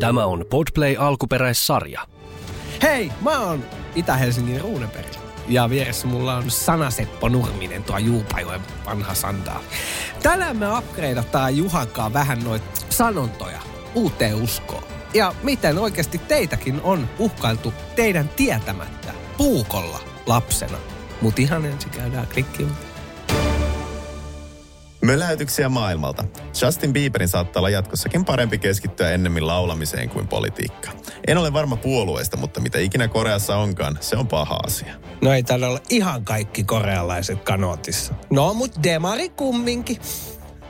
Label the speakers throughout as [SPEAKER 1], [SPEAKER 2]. [SPEAKER 1] Tämä on Podplay alkuperäissarja.
[SPEAKER 2] Hei, mä oon Itä-Helsingin Ruuneperi. Ja vieressä mulla on Sanaseppo Nurminen, tuo Juupajoen vanha santaa. Tänään me upgradeataan Juhankaa vähän noita sanontoja uuteen uskoon. Ja miten oikeasti teitäkin on uhkailtu teidän tietämättä puukolla lapsena. Mut ihan ensin käydään klikkiin.
[SPEAKER 3] Möläytyksiä maailmalta. Justin Bieberin saattaa olla jatkossakin parempi keskittyä ennemmin laulamiseen kuin politiikkaan. En ole varma puolueesta, mutta mitä ikinä Koreassa onkaan, se on paha asia.
[SPEAKER 2] No ei täällä ole ihan kaikki korealaiset kanootissa. No mut demari kumminkin.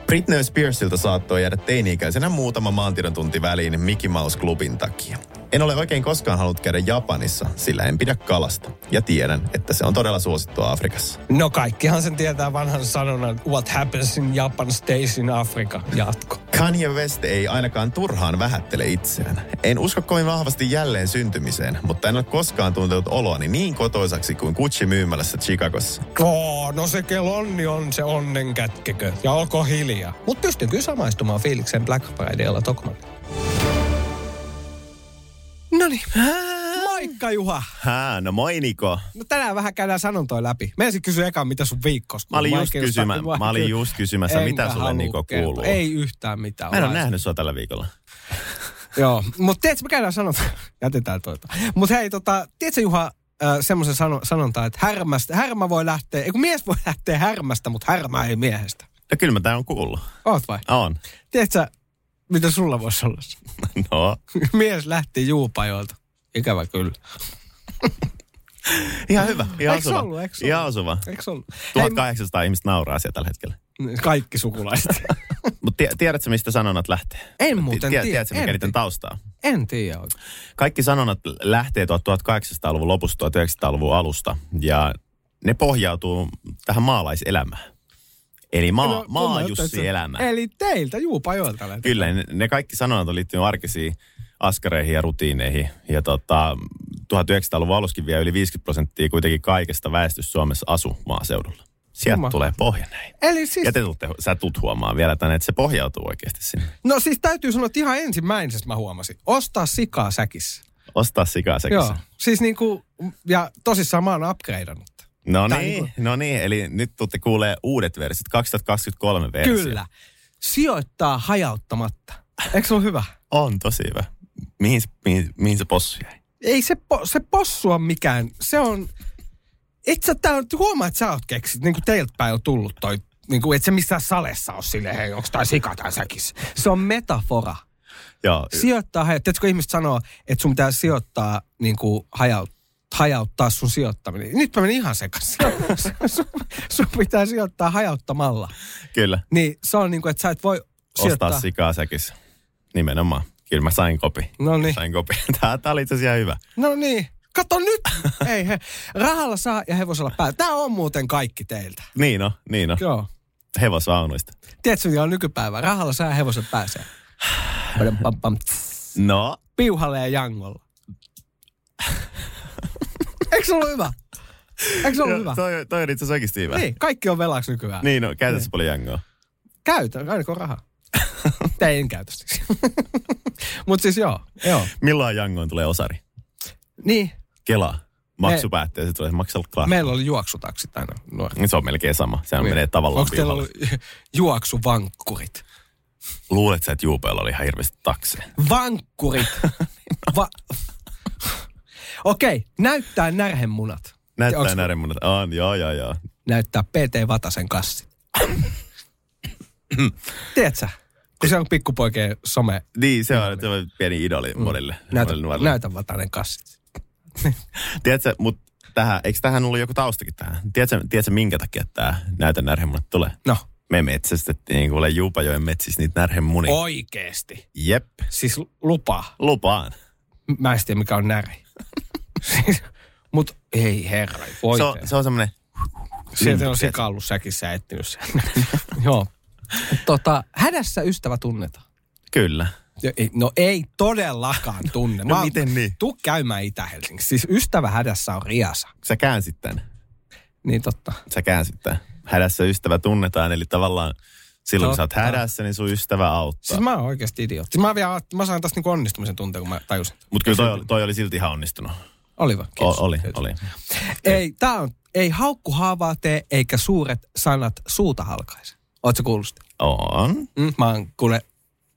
[SPEAKER 3] Britney Spearsilta saattoi jäädä teini-ikäisenä muutama maantiedon tunti väliin Mickey Mouse-klubin takia. En ole oikein koskaan halunnut käydä Japanissa, sillä en pidä kalasta. Ja tiedän, että se on todella suosittua Afrikassa.
[SPEAKER 2] No kaikkihan sen tietää vanhan sanonnan What happens in Japan stays in Africa. Jatko.
[SPEAKER 3] Kanye West ei ainakaan turhaan vähättele itseään. En usko kovin vahvasti jälleen syntymiseen, mutta en ole koskaan tuntenut oloani niin kotoisaksi kuin Gucci-myymälässä Chicagossa.
[SPEAKER 2] Oo, no se kelonni on se onnen kätkekö. Ja olko hiljaa. Mut pystyn kyllä samaistumaan fiiliksen Black Fridaylla Tokman. No niin. Moikka Juha.
[SPEAKER 3] Hää, no moi Niko.
[SPEAKER 2] No tänään vähän käydään sanontoja läpi. Mä ensin kysyn ekaan, mitä sun viikkos
[SPEAKER 3] Mä olin,
[SPEAKER 2] kuuluu.
[SPEAKER 3] just,
[SPEAKER 2] Vaikea
[SPEAKER 3] kysymä,
[SPEAKER 2] sanoa,
[SPEAKER 3] mä olin
[SPEAKER 2] kyllä.
[SPEAKER 3] just kysymässä,
[SPEAKER 2] Enkä
[SPEAKER 3] mitä sulle
[SPEAKER 2] halua
[SPEAKER 3] Niko
[SPEAKER 2] kertoa.
[SPEAKER 3] kuuluu.
[SPEAKER 2] Ei yhtään mitään.
[SPEAKER 3] Mä en ole
[SPEAKER 2] Vaan-
[SPEAKER 3] nähnyt sua tällä viikolla.
[SPEAKER 2] Joo, mutta tiedätkö, me käydään sanonta. Jätetään toita. Mutta hei, tota, tiedätkö Juha, äh, semmoisen sano, sanonta, että härmästä, härmä voi lähteä, ei kun mies voi lähteä härmästä, mutta härmä ei miehestä.
[SPEAKER 3] No kyllä mä tää on kuullut.
[SPEAKER 2] Oot vai?
[SPEAKER 3] On.
[SPEAKER 2] Tiedätkö, mitä sulla voisi olla? se?
[SPEAKER 3] No.
[SPEAKER 2] mies lähti juupajoilta. Ikävä kyllä.
[SPEAKER 3] Ihan hyvä. Ihan
[SPEAKER 2] Eiks
[SPEAKER 3] osuva.
[SPEAKER 2] ollut, eiks ollut?
[SPEAKER 3] Ihan osuva.
[SPEAKER 2] Eikö se ollut? Hei,
[SPEAKER 3] 1800 ihmistä nauraa siellä tällä hetkellä.
[SPEAKER 2] m- kaikki sukulaiset.
[SPEAKER 3] Mutta tie, tiedätkö, mistä sanonnat lähtee?
[SPEAKER 2] En muuten
[SPEAKER 3] Tie-
[SPEAKER 2] tiedä.
[SPEAKER 3] Tiedätkö, mikä
[SPEAKER 2] En
[SPEAKER 3] niiden taustaa on?
[SPEAKER 2] en tiedä oikein.
[SPEAKER 3] Kaikki sanonnat lähtee tuolta 1800-luvun lopusta 1900-luvun alusta ja ne pohjautuu tähän maalaiselämään. Eli maa, no,
[SPEAKER 2] kumma juttu, että se-
[SPEAKER 3] maajussi-elämään.
[SPEAKER 2] Eli teiltä juupajoilta lähti.
[SPEAKER 3] Kyllä, ne, ne kaikki sanonat on liittynyt arkisiin askareihin ja rutiineihin. Ja tota, 1900-luvun aluskin vielä yli 50 prosenttia kuitenkin kaikesta väestöstä Suomessa asu maaseudulla. Sieltä
[SPEAKER 2] Kumma.
[SPEAKER 3] tulee pohja näin.
[SPEAKER 2] Eli siis
[SPEAKER 3] Ja te tulette, sä tulet huomaan vielä tänne, että se pohjautuu oikeasti sinne.
[SPEAKER 2] No siis täytyy sanoa, että ihan ensimmäisessä mä huomasin. Ostaa sikaa säkissä.
[SPEAKER 3] Ostaa sikaa sekin.
[SPEAKER 2] Joo. Siis niinku, ja tosissaan mä oon upgradeannut.
[SPEAKER 3] No
[SPEAKER 2] Tai
[SPEAKER 3] niin,
[SPEAKER 2] niinku-
[SPEAKER 3] no niin, eli nyt tuutte kuulee uudet versiot, 2023 versio.
[SPEAKER 2] Kyllä. Sijoittaa hajauttamatta. Eikö se ole hyvä?
[SPEAKER 3] On tosi hyvä. Mihin, se- mihin, mihin se possu jäi?
[SPEAKER 2] Ei se, po, se possu on mikään, se on... Et sä tää, huomaa, että sä oot keksit, niin kuin teiltä päin on tullut toi, niin kuin, et se missään salessa ole silleen, hei, onks tää sika tai säkis. Se on metafora.
[SPEAKER 3] Joo,
[SPEAKER 2] Sijoittaa, hajau- tiedätkö, kun ihmiset sanoo, että sun pitää sijoittaa, niin kuin hajaut, hajauttaa sun sijoittaminen. Nyt mä menin ihan sekaisin. sun, sun pitää sijoittaa hajauttamalla.
[SPEAKER 3] kyllä.
[SPEAKER 2] Niin se on niin kuin, että sä et voi sijoittaa.
[SPEAKER 3] Ostaa sikaa säkissä. Nimenomaan. Kyllä mä sain kopi.
[SPEAKER 2] No niin.
[SPEAKER 3] Sain kopi. Tää, tää oli itse asiassa ihan hyvä.
[SPEAKER 2] No niin. Kato nyt! Ei he. Rahalla saa ja hevosella päällä. Tämä on muuten kaikki teiltä.
[SPEAKER 3] Niin on, niin on.
[SPEAKER 2] Joo.
[SPEAKER 3] Hevosvaunuista.
[SPEAKER 2] Tiedätkö, mitä on nykypäivä? Rahalla saa ja hevoset pääsee. Padam pam pam.
[SPEAKER 3] No,
[SPEAKER 2] Piuhalle ja jangolla. Eikö se ollut hyvä? Eikö se ollut
[SPEAKER 3] joo,
[SPEAKER 2] hyvä?
[SPEAKER 3] toi, toi on itse asiassa oikeasti hyvä.
[SPEAKER 2] Niin, kaikki on velaksi nykyään.
[SPEAKER 3] Niin on, käytä se paljon jangoa.
[SPEAKER 2] Käytä, aina kun on rahaa. Tai en käytä siis. Mutta siis joo, joo.
[SPEAKER 3] Milloin jangoon tulee osari?
[SPEAKER 2] Niin,
[SPEAKER 3] Kelaa. Maksu päättyy ja se tulee maksaa klaar.
[SPEAKER 2] meillä oli juoksutaksit aina nuori.
[SPEAKER 3] Se on melkein sama. Sehän menee tavallaan
[SPEAKER 2] Onko Niin. teillä
[SPEAKER 3] pihalle.
[SPEAKER 2] ollut juoksuvankkurit?
[SPEAKER 3] Luulet sä, että Juupeilla oli ihan hirveästi takseja?
[SPEAKER 2] Vankkurit. Va- Okei, näyttää närhemunat.
[SPEAKER 3] Näyttää
[SPEAKER 2] Onks-
[SPEAKER 3] Onks... näremunat. On, joo, joo, joo.
[SPEAKER 2] Näyttää PT Vatasen kassi. Tiedätkö? sä, Kun se on pikkupoikien some.
[SPEAKER 3] Niin, se on, se on pieni idoli monille,
[SPEAKER 2] Mm. Näytä,
[SPEAKER 3] monille nuorille.
[SPEAKER 2] näytä Vatanen kassit.
[SPEAKER 3] Tiedätkö, mutta tähän, eikö tähän ollut joku taustakin tähän? Tiedätkö, tiedätkö minkä takia tämä näytän närhemunat tulee?
[SPEAKER 2] No,
[SPEAKER 3] Me metsästettiin niin kuule Juupajoen metsissä niitä närhemunia.
[SPEAKER 2] oikeesti.
[SPEAKER 3] Jep,
[SPEAKER 2] Siis lupa.
[SPEAKER 3] lupaan.
[SPEAKER 2] M- Mä en tiedä, mikä on näri. Siis, Mut ei herra,
[SPEAKER 3] Se
[SPEAKER 2] oikein.
[SPEAKER 3] on, se on semmoinen,
[SPEAKER 2] Sieltä on sika ollut säkissä ja etsinyt sen. Joo. Tota, hädässä ystävä tunnetaan.
[SPEAKER 3] kyllä.
[SPEAKER 2] Ja ei- No ei todellakaan tunne.
[SPEAKER 3] No
[SPEAKER 2] Mä oon-
[SPEAKER 3] miten niin?
[SPEAKER 2] Tuu käymään Itä-Helsingissä. Siis ystävä hädässä on riasa.
[SPEAKER 3] Sä käänsit tän.
[SPEAKER 2] Niin totta.
[SPEAKER 3] Sä käänsit tän. Hädässä ystävä tunnetaan, eli tavallaan Silloin kun sä oot
[SPEAKER 2] Totta.
[SPEAKER 3] hädässä, niin sun ystävä auttaa.
[SPEAKER 2] Siis mä oon oikeasti idiootti. Mä, vielä, mä sain tästä niinku onnistumisen tunteen, kun mä tajusin.
[SPEAKER 3] Mutta kyllä toi, oli- toi oli silti ihan onnistunut.
[SPEAKER 2] Oliva, kiitos.
[SPEAKER 3] O, oli,
[SPEAKER 2] Kiitos.
[SPEAKER 3] oli.
[SPEAKER 2] Ei, tää on, ei haukku haavaa tee, eikä suuret sanat suuta halkaise. Ootko kuullut sitä?
[SPEAKER 3] On.
[SPEAKER 2] Mm, mä oon, kuule,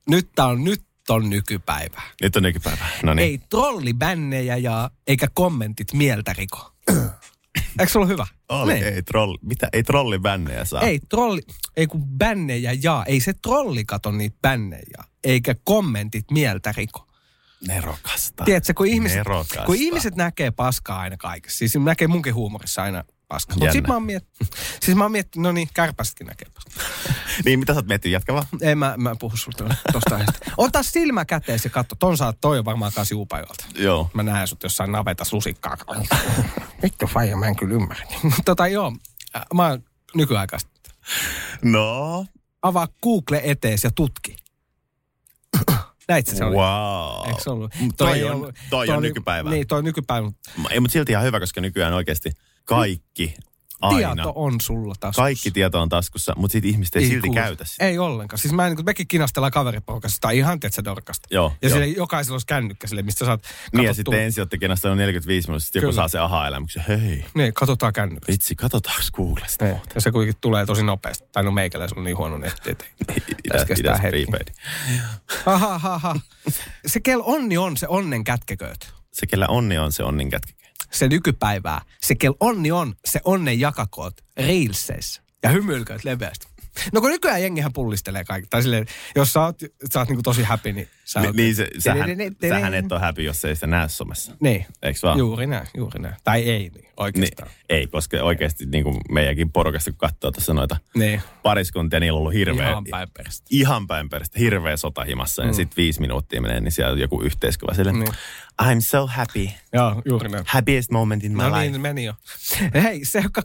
[SPEAKER 2] nyt tää on, nyt on nykypäivää.
[SPEAKER 3] Nyt on nykypäivä. No niin.
[SPEAKER 2] Ei trollibännejä ja eikä kommentit mieltä riko. Eikö sulla hyvä?
[SPEAKER 3] Oli,
[SPEAKER 2] Niin.
[SPEAKER 3] ei, troll, mitä, ei trollibännejä saa.
[SPEAKER 2] Ei trolli, ei kun bännejä jaa. Ei se trolli kato niitä bännejä, eikä kommentit mieltä riko.
[SPEAKER 3] Nerokasta.
[SPEAKER 2] Tiedätkö, kun ihmiset,
[SPEAKER 3] Nerokasta.
[SPEAKER 2] kun ihmiset näkee paskaa aina kaikessa. Siis näkee munkin huumorissa aina paskaa. Mutta
[SPEAKER 3] Jännä.
[SPEAKER 2] sit mä oon miettinyt, siis mä oon miettinyt, no niin, kärpästäkin näkee paskaa.
[SPEAKER 3] Niin, mitä sä oot miettinyt? Jatka vaan.
[SPEAKER 2] Ei, mä, mä en puhu sulta tosta aiheesta. Ota silmä käteen ja katso, ton saat, toi on varmaan kas juupajolta.
[SPEAKER 3] Joo.
[SPEAKER 2] Mä näen sut jossain navetas lusikkaa. Vittu faija, mä en kyllä ymmärrä. tota joo, äh, mä oon nykyaikaista.
[SPEAKER 3] No,
[SPEAKER 2] Avaa Google etees ja tutki. Näit sä se oli?
[SPEAKER 3] wow.
[SPEAKER 2] Eikö se ollut?
[SPEAKER 3] Mut Toi,
[SPEAKER 2] ei
[SPEAKER 3] on,
[SPEAKER 2] ollut-
[SPEAKER 3] toi, on,
[SPEAKER 2] oli-
[SPEAKER 3] nykypäivää.
[SPEAKER 2] Niin, toi on nykypäivä.
[SPEAKER 3] Ei, mutta silti ihan hyvä, koska nykyään oikeasti kaikki aina.
[SPEAKER 2] Tieto on sulla taskussa.
[SPEAKER 3] Kaikki tieto on taskussa, mutta siitä ihmiset ei, silti
[SPEAKER 2] kuulu.
[SPEAKER 3] käytä sitä.
[SPEAKER 2] Ei ollenkaan. Siis mä en, niin mekin kinastellaan kaveriporukasta tai ihan tietysti dorkasta.
[SPEAKER 3] Joo,
[SPEAKER 2] Ja
[SPEAKER 3] joo.
[SPEAKER 2] sille, jokaisella olisi kännykkä sille, mistä saat
[SPEAKER 3] Niin ja sitten ensi olette kenässä on 45 minuuttia, sitten joku
[SPEAKER 2] Kyllä.
[SPEAKER 3] saa se aha-elämyksen. Hei,
[SPEAKER 2] Niin, katsotaan kännykkä.
[SPEAKER 3] vitsi, katsotaanko Googlesta?
[SPEAKER 2] Niin. Ja se kuitenkin tulee tosi nopeasti. Tai no meikällä on niin huono netti, että
[SPEAKER 3] Idäs,
[SPEAKER 2] tässä kestää
[SPEAKER 3] idäs
[SPEAKER 2] hetki.
[SPEAKER 3] prepaid.
[SPEAKER 2] Aha, aha, aha. Se kel onni on, se onnen kätkekööt.
[SPEAKER 3] Se, kellä onni on, se onnin kätkikin.
[SPEAKER 2] Se nykypäivää. Se kel onni on, se onnen jakakoot reelseissä. Ja hymyilkööt leveästi. No kun nykyään jengihän pullistelee kaikki. Tai silleen, jos sä oot, sä oot niinku tosi happy, niin sä
[SPEAKER 3] Ni,
[SPEAKER 2] oot...
[SPEAKER 3] niin, se, sähän,
[SPEAKER 2] Tene- tene-
[SPEAKER 3] sähän et Ah. ole häpi, jos ei sitä näe somessa.
[SPEAKER 2] Niin.
[SPEAKER 3] Eiks vaan?
[SPEAKER 2] Juuri näin, juuri näin. Tai ei niin,
[SPEAKER 3] Niin,
[SPEAKER 2] oikeastaan.
[SPEAKER 3] ei, koska oikeasti niin kuin meidänkin porukasta, kun katsoo tuossa noita
[SPEAKER 2] Niin.
[SPEAKER 3] pariskuntia, niillä on ollut hirveä...
[SPEAKER 2] Ihan päin peristä.
[SPEAKER 3] ihan päin peristä, hirveä sota himassa, mm. ja sitten viisi minuuttia menee, niin siellä on joku yhteiskuva sille,
[SPEAKER 2] Niin.
[SPEAKER 3] I'm so happy,
[SPEAKER 2] Joo, juuri näin.
[SPEAKER 3] happiest moment in my
[SPEAKER 2] No
[SPEAKER 3] life.
[SPEAKER 2] niin, meni jo. Hei, se joka...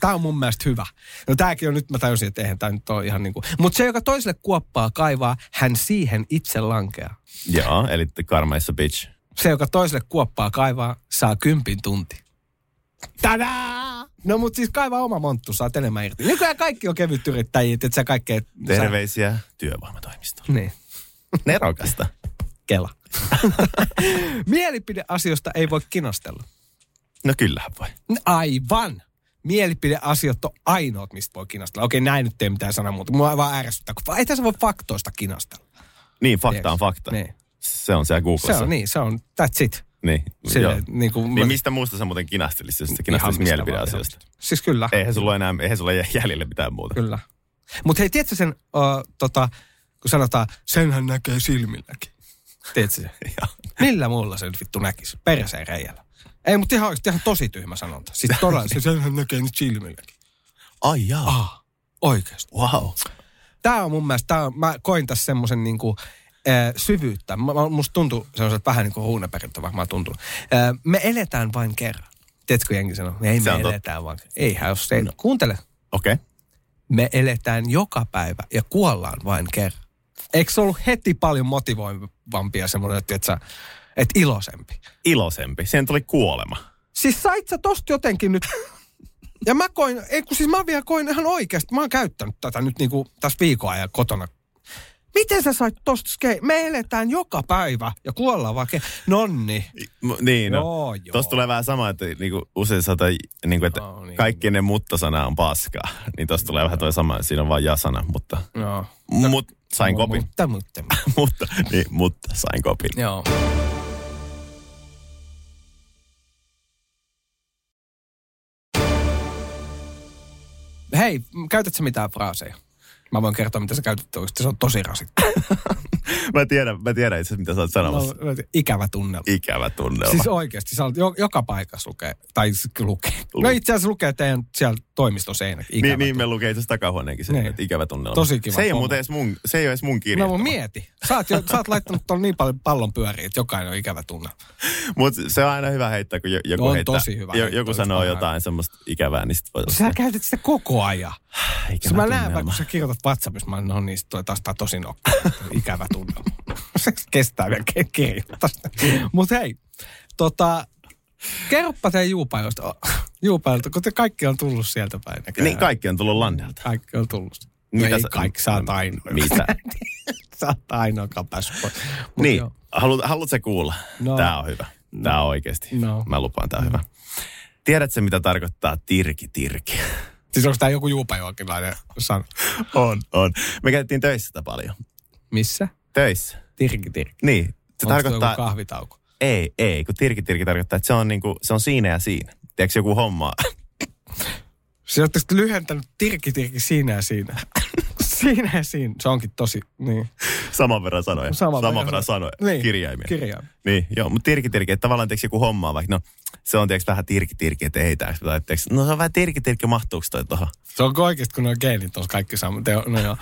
[SPEAKER 2] Tämä on mun mielestä hyvä. No tääkin on nyt, mä tajusin, että eihän tämä nyt ole ihan niin kuin... Mutta se, joka toiselle kuoppaa kaivaa, hän siihen itse lankeaa.
[SPEAKER 3] Joo, eli the karma is a bitch.
[SPEAKER 2] Se, joka toiselle kuoppaa kaivaa, saa kympin tunti. Tadaa! No mut siis kaivaa oma monttu, saa enemmän irti. Nykyään kaikki on kevyt yrittäjiä, että sä kaikkea...
[SPEAKER 3] Terveisiä työvoimatoimistoon.
[SPEAKER 2] Sä... Niin.
[SPEAKER 3] Nerokasta.
[SPEAKER 2] Kela. Mielipideasioista ei voi kinastella.
[SPEAKER 3] No kyllähän voi.
[SPEAKER 2] N- Aivan. Mielipideasiat on ainoat, mistä voi kinastella. Okei, näin nyt ei mitään sanoa muuta. Mua vaan ärsyttää, kun fa- ei tässä voi faktoista kinastella.
[SPEAKER 3] Niin, fakta on
[SPEAKER 2] Tiedätkö?
[SPEAKER 3] fakta.
[SPEAKER 2] Niin.
[SPEAKER 3] Se on siellä
[SPEAKER 2] Se
[SPEAKER 3] Googlessa.
[SPEAKER 2] on niin, se on, that's it.
[SPEAKER 3] Niin, joo.
[SPEAKER 2] Sille, niin kuin,
[SPEAKER 3] Niin mistä muusta sä muuten kinastelisit, jos sä
[SPEAKER 2] Ihan
[SPEAKER 3] kinastelisit
[SPEAKER 2] mistä
[SPEAKER 3] mielipideasioista?
[SPEAKER 2] vaan. Siis kyllä, ei.
[SPEAKER 3] Eihän sulla enää, eihän sulla jää jäljellä mitään muuta.
[SPEAKER 2] kyllä. Mutta hei, tiedätkö sen, uh, tota, kun sanotaan, senhän näkee silmilläkin. Tiedätkö sen?
[SPEAKER 3] Joo.
[SPEAKER 2] Millä muulla se nyt vittu näkisi? Perseen reijällä. Ei, mutta ihan, oikeasti ihan tosi tyhmä sanonta. Siis todella, se senhän näkee nyt silmilläkin.
[SPEAKER 3] Ai jaa.
[SPEAKER 2] Ah, oikeasti.
[SPEAKER 3] Wow.
[SPEAKER 2] Tämä on mun mielestä, tää on, mä koin tässä semmoisen niinku, äh, syvyyttä. Mä, mä, musta tuntuu sellaiset vähän niin kuin huuneperintö varmaan tuntuu. Äh, me eletään vain kerran. Tiedätkö, kun jengi sanoo, ei
[SPEAKER 3] Se
[SPEAKER 2] me
[SPEAKER 3] on totta.
[SPEAKER 2] eletään vaan kerran. Eihän jos se, no. kuuntele.
[SPEAKER 3] Okei. Okay.
[SPEAKER 2] Me eletään joka päivä ja kuollaan vain kerran. Eikö se ollut heti paljon motivoivampi ja semmoinen, että, että, että iloisempi?
[SPEAKER 3] Iloisempi. Siihen tuli kuolema.
[SPEAKER 2] Siis sait sä tosta jotenkin nyt... Ja mä koin, ei kun siis mä vielä koin ihan oikeasti, mä oon käyttänyt tätä nyt niinku tässä viikon ajan kotona. Miten sä sait tosta skei? Me eletään joka päivä ja kuollaan vaikka. Nonni.
[SPEAKER 3] M- Niin, no.
[SPEAKER 2] Joo, joo.
[SPEAKER 3] Tuossa tulee vähän sama, että niinku usein sata, niinku, että
[SPEAKER 2] Oh, niin.
[SPEAKER 3] kaikki ne mutta-sana on paskaa. Niin tuossa tulee vähän toi sama, siinä on vaan ja-sana, mutta...
[SPEAKER 2] Joo.
[SPEAKER 3] Mut, sain kopin.
[SPEAKER 2] Mutta, No, mutta.
[SPEAKER 3] mutta, niin, mutta sain kopin.
[SPEAKER 2] Joo. Hei, m- käytät sä mitään fraaseja? Mä voin kertoa, mitä sä käytät oikeasti. Se on tosi rasittava.
[SPEAKER 3] Mä tiedän, mä tiedän itse asiassa, mitä sä oot sanomassa.
[SPEAKER 2] No, Ikävä tunnelma.
[SPEAKER 3] Ikävä tunnelma.
[SPEAKER 2] Siis oikeasti, sä olet, jo, joka paikassa lukee, tai s- lukee. No
[SPEAKER 3] Lukee.
[SPEAKER 2] itse asiassa lukee teidän siellä toimiston seinä.
[SPEAKER 3] niin, niin, me lukee itse asiassa takahuoneenkin sen,
[SPEAKER 2] Niin.
[SPEAKER 3] että ikävä tunnelma.
[SPEAKER 2] Tosi kiva
[SPEAKER 3] Se ei, ole
[SPEAKER 2] homma.
[SPEAKER 3] muuten edes mun, se ei ole edes mun kirja.
[SPEAKER 2] No mun mieti. Sä oot, jo, sä oot laittanut tuon niin paljon pallon pyöriin, että jokainen on ikävä tunne.
[SPEAKER 3] Mutta se on aina hyvä heittää, kun jo- joku,
[SPEAKER 2] On
[SPEAKER 3] heittää,
[SPEAKER 2] tosi hyvä
[SPEAKER 3] jo,
[SPEAKER 2] heitto,
[SPEAKER 3] joku
[SPEAKER 2] just
[SPEAKER 3] sanoo
[SPEAKER 2] parhaillaan.
[SPEAKER 3] jotain semmoista ikävää, niin sit voi olla
[SPEAKER 2] Sä
[SPEAKER 3] se,
[SPEAKER 2] käytät sitä koko ajan.
[SPEAKER 3] ikävä
[SPEAKER 2] Sä mä näen,
[SPEAKER 3] tunnelma.
[SPEAKER 2] vaikka sä kirjoitat WhatsAppissa, mä no niin, sit tulee taas tää tosi nokka. ikävä tunne. Se kestää vielä ke- kirjoittaa sitä. Mut hei, tota, kerropa teidän juupailta, juupailta, kun te kaikki on tullut sieltä päin. näköjään.
[SPEAKER 3] Niin, kaikki Niin, on tullut Landelta.
[SPEAKER 2] Kaikki on tullut. No
[SPEAKER 3] Mitä
[SPEAKER 2] ei
[SPEAKER 3] sä-
[SPEAKER 2] kaikki, sä oot ainoa.
[SPEAKER 3] Mitä?
[SPEAKER 2] sä oot ainoa, joka on päässyt pois. Mut
[SPEAKER 3] Niin,
[SPEAKER 2] joo.
[SPEAKER 3] haluat, haluatko kuulla?
[SPEAKER 2] No.
[SPEAKER 3] No. Tää on hyvä. Tää on oikeesti.
[SPEAKER 2] No.
[SPEAKER 3] Mä lupaan, tää on hyvä. Tiedätkö, mitä tarkoittaa tirki tirki?
[SPEAKER 2] Siis onko tää joku juupajoakinlainen sana?
[SPEAKER 3] On, on. Me käytiin töissä sitä paljon.
[SPEAKER 2] Missä?
[SPEAKER 3] Töissä.
[SPEAKER 2] Tirki, tirki.
[SPEAKER 3] Niin. Se
[SPEAKER 2] Onko
[SPEAKER 3] tarkoittaa...
[SPEAKER 2] joku kahvitauko?
[SPEAKER 3] Ei, ei, kun tirki tirki tarkoittaa, että se on, niinku, se on siinä ja siinä. Tiedätkö joku homma?
[SPEAKER 2] Se olette sitten Siis lyhentänyt tirki, tirki siinä ja siinä. siinä ja siinä. Se onkin tosi, niin.
[SPEAKER 3] Saman verran sanoja.
[SPEAKER 2] Saman
[SPEAKER 3] Saman
[SPEAKER 2] verran
[SPEAKER 3] verran, sanoja.
[SPEAKER 2] niin.
[SPEAKER 3] Kirjaimia.
[SPEAKER 2] Kirjaimia.
[SPEAKER 3] Niin, joo, mutta tirki tirki, että tavallaan tiedätkö joku hommaa vaikka, no se on tiedätkö vähän tirki tirki, että ei tää, tai tiedätkö, no se on vähän tirki tirki, mahtuuko toi tuohon?
[SPEAKER 2] Se on oikeasti, kun ne on geenit on kaikki samat. Teo- No joo.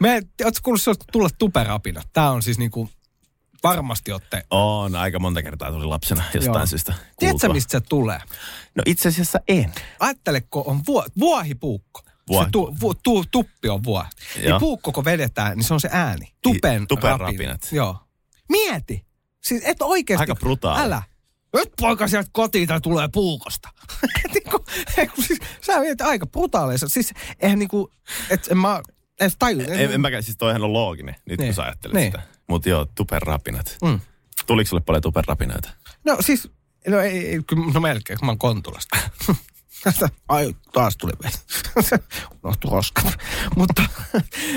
[SPEAKER 2] Me, ootko kuullut se tulla tuperapina? Tää on siis niinku, varmasti ootte.
[SPEAKER 3] On, aika monta kertaa tuli lapsena jostain
[SPEAKER 2] Joo.
[SPEAKER 3] joo. syystä.
[SPEAKER 2] Tiedätkö
[SPEAKER 3] kuultua.
[SPEAKER 2] mistä se tulee?
[SPEAKER 3] No itse asiassa en.
[SPEAKER 2] Ajattele, kun on vuo, vuohipuukko.
[SPEAKER 3] Vuohi-
[SPEAKER 2] Se tu, vu, tu, tuppi on vuohi. Niin
[SPEAKER 3] Joo.
[SPEAKER 2] puukko, kun vedetään, niin se on se ääni. Tupen,
[SPEAKER 3] tupen
[SPEAKER 2] rapinat.
[SPEAKER 3] rapinat.
[SPEAKER 2] Joo. Mieti. Siis et oikeasti.
[SPEAKER 3] Aika brutaali.
[SPEAKER 2] Älä. Nyt poika sieltä kotiin tai tulee puukosta. niin kun, kun siis, sä mietit aika brutaaleissa. Siis eihän niinku, et en mä edes tajun.
[SPEAKER 3] En, en mäkään, siis toihan on looginen, nyt
[SPEAKER 2] Niin.
[SPEAKER 3] kun sä ajattelet
[SPEAKER 2] Niin.
[SPEAKER 3] sitä. Mutta joo, tuperrapinat.
[SPEAKER 2] Mm.
[SPEAKER 3] Tuliko sulle paljon tuperrapinoita?
[SPEAKER 2] No siis, no, ei, ei, kyllä- no melkein, kun mä oon Kontulasta. Ai, taas tuli vielä. Unohtu roska. Mutta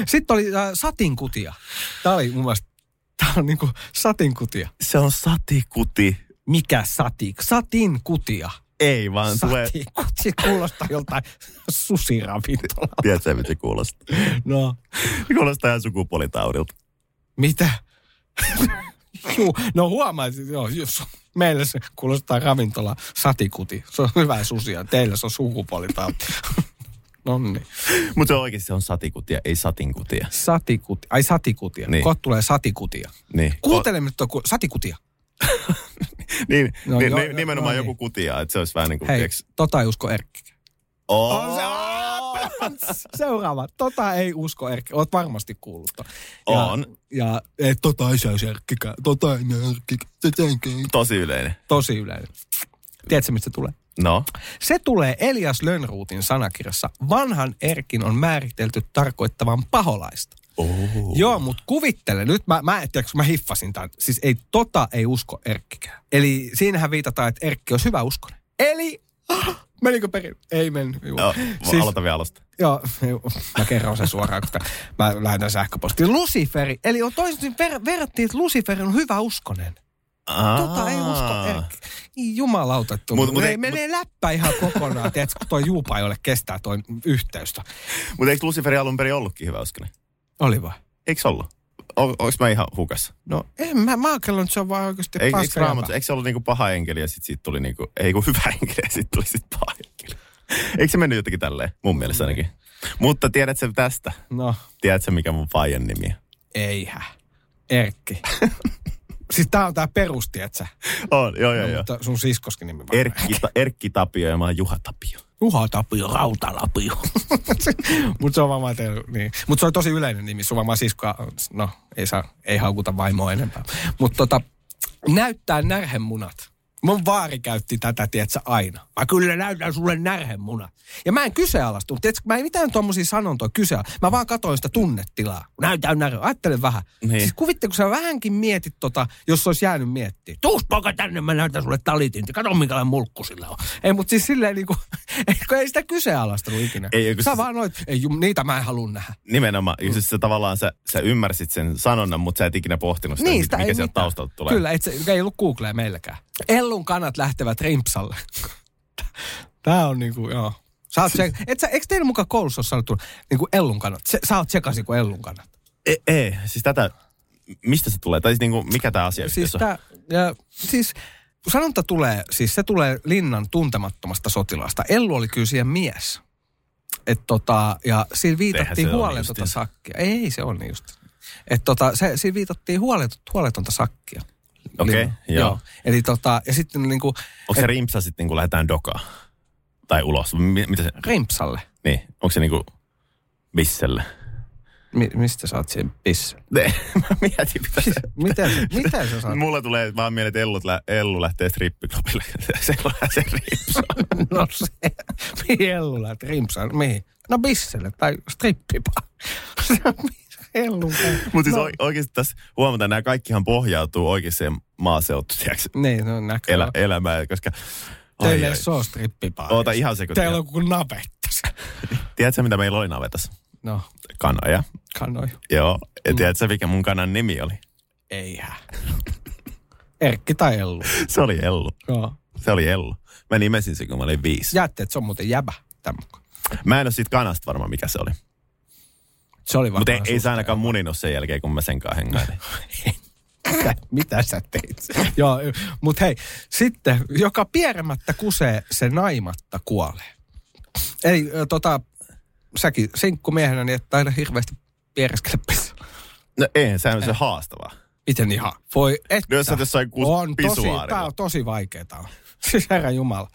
[SPEAKER 2] sitten oli äh, satinkutia. Tämä oli mun mielestä, tämä on niinku satinkutia.
[SPEAKER 3] Se on satikuti.
[SPEAKER 2] Mikä sati? Satinkutia.
[SPEAKER 3] Ei vaan tulee...
[SPEAKER 2] Satinkutia kuulostaa joltain susiravintola.
[SPEAKER 3] Tiedätkö, mitä kuulostaa?
[SPEAKER 2] No,
[SPEAKER 3] kuulostaa ihan sukupuolitaudilta.
[SPEAKER 2] mitä? Juu, no huomaat, joo, jos meillä se kuulostaa ravintola satikuti. Se on hyvä susia, teillä se on No niin. sukupuolitauti. Nonni.
[SPEAKER 3] Mutta se on oikeasti se on satikutia, ei satinkutia.
[SPEAKER 2] Satikuti. Ai satikutia. Niin.
[SPEAKER 3] Niin.
[SPEAKER 2] Kohta tulee satikutia.
[SPEAKER 3] Niin.
[SPEAKER 2] Kuuntele nyt tuo ku- satikutia.
[SPEAKER 3] O- niin,
[SPEAKER 2] No
[SPEAKER 3] no, niin
[SPEAKER 2] joo,
[SPEAKER 3] joo,
[SPEAKER 2] joo,
[SPEAKER 3] nimenomaan
[SPEAKER 2] no
[SPEAKER 3] joku
[SPEAKER 2] niin.
[SPEAKER 3] kutia, että se olisi vähän niin kuin...
[SPEAKER 2] Hei,
[SPEAKER 3] tiiäks-
[SPEAKER 2] tota ei usko Erkki.
[SPEAKER 3] Oh.
[SPEAKER 2] On se- Seuraava. Tota ei usko Erkki. Oot varmasti kuullut. ton. Ja,
[SPEAKER 3] On.
[SPEAKER 2] Ja et, tota ei saisi Erkkikään. Tota ei näe Erkkikään. Tota ei näe.
[SPEAKER 3] Tosi yleinen.
[SPEAKER 2] Tosi yleinen. Tiedätkö, mistä se tulee?
[SPEAKER 3] No.
[SPEAKER 2] Se tulee Elias Lönnruutin sanakirjassa. Vanhan Erkin on määritelty tarkoittavan paholaista.
[SPEAKER 3] Oh.
[SPEAKER 2] Joo, mutta kuvittele nyt, mä, mä en tiedä, kun mä hiffasin tämän. Siis ei, tota ei usko Erkkikään. Eli siinähän viitataan, että Erkki olisi hyvä uskonen. Eli, ah, menikö perin? Ei mennyt. Joo.
[SPEAKER 3] Joo, siis... Aloita vielä alusta.
[SPEAKER 2] Joo, juu. mä kerron sen suoraan, kun tää- mä lähetän sähköpostiin. Luciferi, eli on toisin ver, verrattiin, että Luciferi on hyvä uskonen. Tota ei usko Erkki. Ei Jumalauta, että mut,
[SPEAKER 3] Mut-
[SPEAKER 2] mut,
[SPEAKER 3] mut
[SPEAKER 2] ei,
[SPEAKER 3] ei-
[SPEAKER 2] menee läppä ihan kokonaan, tiedätkö, kun toi juupa ei ole kestää toi yhteystä.
[SPEAKER 3] Mutta eikö Luciferi alun perin ollutkin hyvä uskonen?
[SPEAKER 2] Oli vai?
[SPEAKER 3] Eikö se ollut? O- Onko mä ihan hukassa?
[SPEAKER 2] No, en mä, mä oon kello, että se on vaan oikeasti
[SPEAKER 3] Eikö, eikö,
[SPEAKER 2] paska
[SPEAKER 3] raamattu,
[SPEAKER 2] jäbä.
[SPEAKER 3] eikö se ollut niinku paha enkeli ja sit siitä tuli niinku, ei kun hyvä enkeli ja sit tuli sit paha enkeli? Eikö se mennyt jotenkin tälleen? Mun mielestä ainakin. Mutta tiedätkö tästä?
[SPEAKER 2] No,
[SPEAKER 3] Tiedätkö mikä mun faijan nimi on?
[SPEAKER 2] eihän. Erkki. siis tää on tää perus, tiedätkö?
[SPEAKER 3] On, joo joo
[SPEAKER 2] No,
[SPEAKER 3] joo.
[SPEAKER 2] mutta sun siskoskin nimi varmaan.
[SPEAKER 3] Erkki, Ta- Erkki Tapio ja mä oon Juha Tapio.
[SPEAKER 2] Juha Tapio, Rautalapio. Mutta se on varmaan teillä, niin. Mut se on tosi yleinen nimi, sun varmaan siskoa, no ei, saa, ei haukuta vaimoa enempää. Mutta tota, näyttää närhemunat. Mun vaari käytti tätä, tietsä, aina. Mä kyllä näytän sulle närhemunat. Ja mä en kyseenalaistunut, tietsä, mä en mitään tommosia sanontoja kyseä. Mä vaan katsoin sitä tunnetilaa. Näytän närhe, ajattelen vähän. Niin.
[SPEAKER 3] Niin.
[SPEAKER 2] Siis kuvitte, kun sä vähänkin mietit tota, jos se olisi jäänyt miettimään. Tuus poika tänne, mä näytän sulle talitin. Kato minkälainen mulkku sillä on. Ei, mutta siis silleen niinku, ei, kun ei sitä kyseenalaistanut ikinä.
[SPEAKER 3] Ei, kun siis-
[SPEAKER 2] sä
[SPEAKER 3] se-
[SPEAKER 2] vaan noit, ei, jum, niitä mä en halua nähdä.
[SPEAKER 3] Nimenomaan, mm. siis sä tavallaan sä, sä ymmärsit sen sanonnan, mutta sä et ikinä pohtinut sitä,
[SPEAKER 2] Niin,
[SPEAKER 3] niin,
[SPEAKER 2] sitä
[SPEAKER 3] sitä
[SPEAKER 2] ei
[SPEAKER 3] mikä sieltä
[SPEAKER 2] mitään.
[SPEAKER 3] taustalta tulee.
[SPEAKER 2] Kyllä, et se, ei ollut Googlea meilläkään. Ellun kanat lähtevät rimpsalle. Tää on niinku, joo. Sä oot se, et sä, eikö teillä mukaan koulussa ole sanottu niinku Ellun kanat? Se, sä oot sekaisin kuin Ellun kanat.
[SPEAKER 3] Ei, ei, siis tätä, mistä se tulee? Tai siis niinku, mikä tämä asia
[SPEAKER 2] Siis, tää, ja, siis sanonta tulee, siis se tulee Linnan tuntemattomasta sotilaasta. Ellu oli kyllä siihen mies. Et tota, ja siinä viitattiin
[SPEAKER 3] Eihän se ole niin
[SPEAKER 2] huoletonta
[SPEAKER 3] justiinsa.
[SPEAKER 2] sakkia. Ei, se on niin just. Et tota, se, siinä viitattiin huolet, huoletonta sakkia.
[SPEAKER 3] Okei,
[SPEAKER 2] Linnan.
[SPEAKER 3] joo.
[SPEAKER 2] Eli tota, ja sitten niinku
[SPEAKER 3] Onko se rimpsa sitten, kun lähdetään dokaan? Tai ulos? M- mitä se,
[SPEAKER 2] rimpsalle.
[SPEAKER 3] niin, onko se niinku bisselle?
[SPEAKER 2] Mi- mistä sä oot siinä pisse?
[SPEAKER 3] Ne, mä mietin, mitä se...
[SPEAKER 2] Miten, se- miten sä saat?
[SPEAKER 3] Mulla tulee vaan mieleen, että Ellu, lä- Ellu lähtee strippiklubille. se on se rimpsa.
[SPEAKER 2] No se, mihin Ellu lähti rimpsaan? Mihin? No bisselle tai strippipa. Se on hellun
[SPEAKER 3] Mutta siis no. oikeasti tässä huomataan, nämä kaikkihan pohjautuu oikeaan maaseutu, tiiäks,
[SPEAKER 2] Niin, no näkyy.
[SPEAKER 3] elä, elämään, koska...
[SPEAKER 2] Teillä ei ole strippipaa.
[SPEAKER 3] Oota ihan se, kun
[SPEAKER 2] Teillä on kuin napetta.
[SPEAKER 3] Tiedätkö, mitä meillä oli navetassa?
[SPEAKER 2] No,
[SPEAKER 3] Kanoja.
[SPEAKER 2] kanoi.
[SPEAKER 3] Joo.
[SPEAKER 2] Mm.
[SPEAKER 3] Ja tiedätkö, mikä mun kanan nimi oli?
[SPEAKER 2] Eihän. Erkki tai Ellu.
[SPEAKER 3] Se oli Ellu.
[SPEAKER 2] Joo.
[SPEAKER 3] Se oli Ellu. Mä nimesin sen, kun mä olin viisi.
[SPEAKER 2] Jäätte, että se on muuten jäbä. Tämän. mukaan.
[SPEAKER 3] Mä en ole siitä kanasta varma, mikä se oli.
[SPEAKER 2] Se oli
[SPEAKER 3] Mutta ei,
[SPEAKER 2] varmaan
[SPEAKER 3] ei se
[SPEAKER 2] susta-
[SPEAKER 3] ainakaan muninut sen jälkeen, kun mä sen kanssa hengailin.
[SPEAKER 2] mitä, mitä sä teit? Joo, mutta hei, sitten, joka pieremättä kusee, se naimatta kuolee. Eli ö, tota, säkin sinkkumiehenä, niin että aina hirveästi piereskele pesua.
[SPEAKER 3] No eihän, sehän on se haastavaa.
[SPEAKER 2] Miten ihan? Voi että.
[SPEAKER 3] No jos sä jossain kus-
[SPEAKER 2] on tosi,
[SPEAKER 3] pisuaarilla.
[SPEAKER 2] tää on tosi vaikeeta. Siis herra jumala.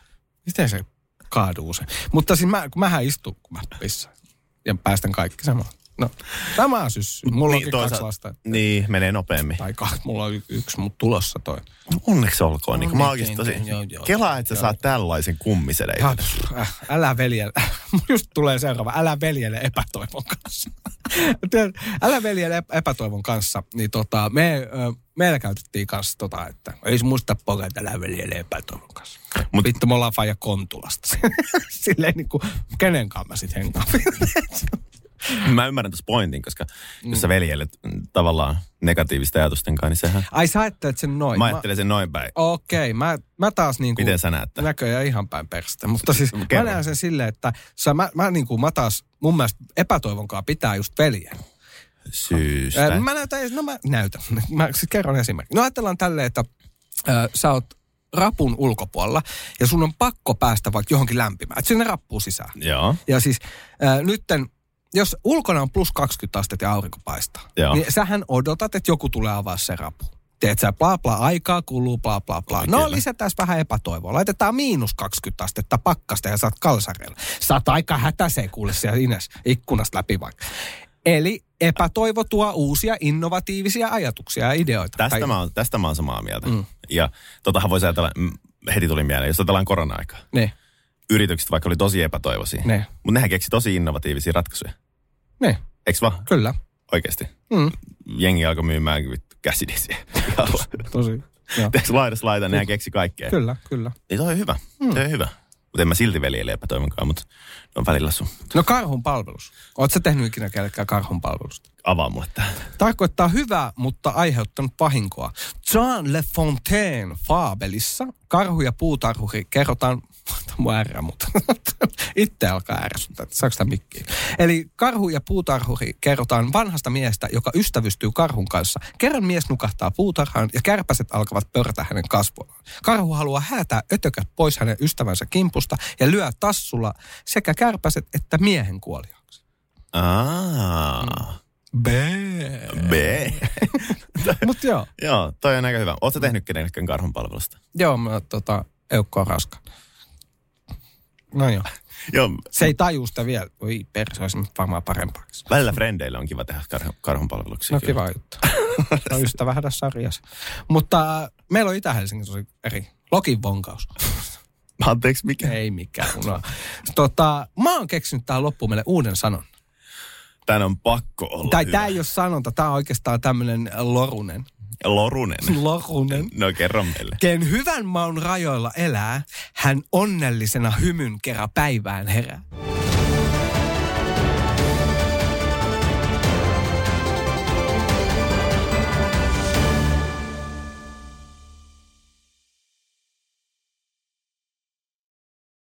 [SPEAKER 2] Miten se kaaduu se? Mutta siis mä, kun mähän istun, kun mä pissaan. Ja päästän kaikki samaan. No, tämä on syssy. Mulla niin, onkin kaksi
[SPEAKER 3] toisaalta-
[SPEAKER 2] lasta.
[SPEAKER 3] Niin, menee nopeammin.
[SPEAKER 2] Tai kaksi, mulla on y- yksi, mutta tulossa toi.
[SPEAKER 3] Onneksi olkoon. Niin, kun mä
[SPEAKER 2] Onneksi,
[SPEAKER 3] oikeasti tosi...
[SPEAKER 2] joo, joo.
[SPEAKER 3] Kelaa, että sä saat tällaisen kummisen.
[SPEAKER 2] Ja, pff, äh, älä veljele. Just tulee seuraava. Älä veljele epätoivon kanssa. Tiedät, älä veljele ep- epätoivon kanssa. Niin tota, me, ö, meillä käytettiin kanssa tota, että ei se muista poika, että älä veljele epätoivon kanssa. Mut,
[SPEAKER 3] Mut-
[SPEAKER 2] Vittu, me ollaan faija Kontulasta. Silleen niin kuin, kenen kanssa mä sit hengaan.
[SPEAKER 3] Mä ymmärrän tuossa pointin, koska jos sä veljelet mm, tavallaan negatiivista ajatusten kanssa, niin sehän...
[SPEAKER 2] Ai sä ajattelet sen noin.
[SPEAKER 3] Mä ajattelen sen noin päin.
[SPEAKER 2] Okei, mä, mä taas niin kuin...
[SPEAKER 3] Miten sä näet tämän?
[SPEAKER 2] Näköjään ihan päin perstä. Mutta siis
[SPEAKER 3] Kerro.
[SPEAKER 2] mä näen sen silleen, että sä, mä, mä, niin kuin, mä taas mun mielestä epätoivonkaan pitää just veljen.
[SPEAKER 3] Syystä.
[SPEAKER 2] Ää, Mä näytän, no mä näytän. Mä siis kerron esimerkki. No ajatellaan tälleen, että ää, sä oot rapun ulkopuolella ja sun on pakko päästä vaikka johonkin lämpimään. Että sinne rappuu sisään.
[SPEAKER 3] Joo.
[SPEAKER 2] Ja siis ää, nytten, jos ulkona on plus 20 astetta ja aurinko paistaa,
[SPEAKER 3] Joo.
[SPEAKER 2] niin sähän odotat, että joku tulee avaa se rapu. Teet sä bla bla, aikaa kuluu bla bla bla. No
[SPEAKER 3] Kyllä.
[SPEAKER 2] lisätään vähän epätoivoa. Laitetaan miinus 20 astetta pakkasta ja saat kalsareilla. Saat aika hätäseen kuule siellä Ines ikkunasta läpi vaikka. Eli epätoivo tuo uusia innovatiivisia ajatuksia ja ideoita.
[SPEAKER 3] Tästä,
[SPEAKER 2] Tai-
[SPEAKER 3] mä oon, tästä mä oon samaa mieltä.
[SPEAKER 2] Mm.
[SPEAKER 3] Mm. Ja totahan voisi ajatella, mm, heti tuli mieleen, jos ajatellaan korona-aikaa.
[SPEAKER 2] Ne,
[SPEAKER 3] Yritykset vaikka oli tosi epätoivoisia, ne.
[SPEAKER 2] ne,
[SPEAKER 3] mutta nehän keksi tosi innovatiivisia ratkaisuja.
[SPEAKER 2] ne,
[SPEAKER 3] Eiks vaan?
[SPEAKER 2] niin. kyllä.
[SPEAKER 3] Oikeesti.
[SPEAKER 2] Mm,
[SPEAKER 3] Jengi alkoi myymään vittu käsidesiä.
[SPEAKER 2] tosi. Joo.
[SPEAKER 3] Tehdäänkö laidassa laita, nehän keksi kaikkea.
[SPEAKER 2] Kyllä, Hmm. kyllä.
[SPEAKER 3] Niin toi on hyvä. Mm. Toi on hyvä. Mutta en mä silti veljele epätoiminkaan, mutta ne on välillä sun.
[SPEAKER 2] No karhun palvelus. Oletko sä tehnyt ikinä kellekään karhun palvelusta?
[SPEAKER 3] Avaa mulle tää.
[SPEAKER 2] tarkoittaa hyvää, mutta aiheuttanut vahinkoa. Jean Le Fontaine faabelissa karhu ja puutarhuri kerrotaan, mua ärrä, mutta itse alkaa ärsyttää, että saako sitä mikkiä. Eli karhu ja puutarhuri kerrotaan vanhasta miehestä, joka ystävystyy karhun kanssa. Kerran mies nukahtaa puutarhaan ja kärpäset alkavat pörtää hänen kasvoillaan. Karhu haluaa häätää ötökät pois hänen ystävänsä kimpusta ja lyö tassulla sekä kärpäset että miehen kuoliaaksi.
[SPEAKER 3] Aa.
[SPEAKER 2] Bee.
[SPEAKER 3] B.
[SPEAKER 2] Mut joo.
[SPEAKER 3] Joo, toi on aika hyvä. Oot sä tehnyt kenellekään karhun palvelusta?
[SPEAKER 2] Joo, mä tota, eukko on raska. No joo.
[SPEAKER 3] Joo,
[SPEAKER 2] Se ei taju sitä vielä. Oi perse, olisi nyt varmaan parempaaksi.
[SPEAKER 3] välillä frendeillä on kiva tehdä karhun, karhun palveluksia.
[SPEAKER 2] No
[SPEAKER 3] kyllä.
[SPEAKER 2] kiva juttu. No ystävähän tässä sarjassa. Mutta äh, meillä on Itä-Helsingin tosi eri. Lokin vonkaus.
[SPEAKER 3] Anteeksi, mikä?
[SPEAKER 2] Ei mikään unoa. Tota, mä oon keksinyt tähän loppuun meille uuden sanon.
[SPEAKER 3] Tän on pakko olla
[SPEAKER 2] Tai
[SPEAKER 3] hyvä.
[SPEAKER 2] tää ei ole sanonta, tää on oikeastaan tämmönen lorunen.
[SPEAKER 3] Lorunen.
[SPEAKER 2] Lorunen.
[SPEAKER 3] No kerro meille.
[SPEAKER 2] Ken hyvän maun rajoilla elää, hän onnellisena hymyn kerran päivään herää.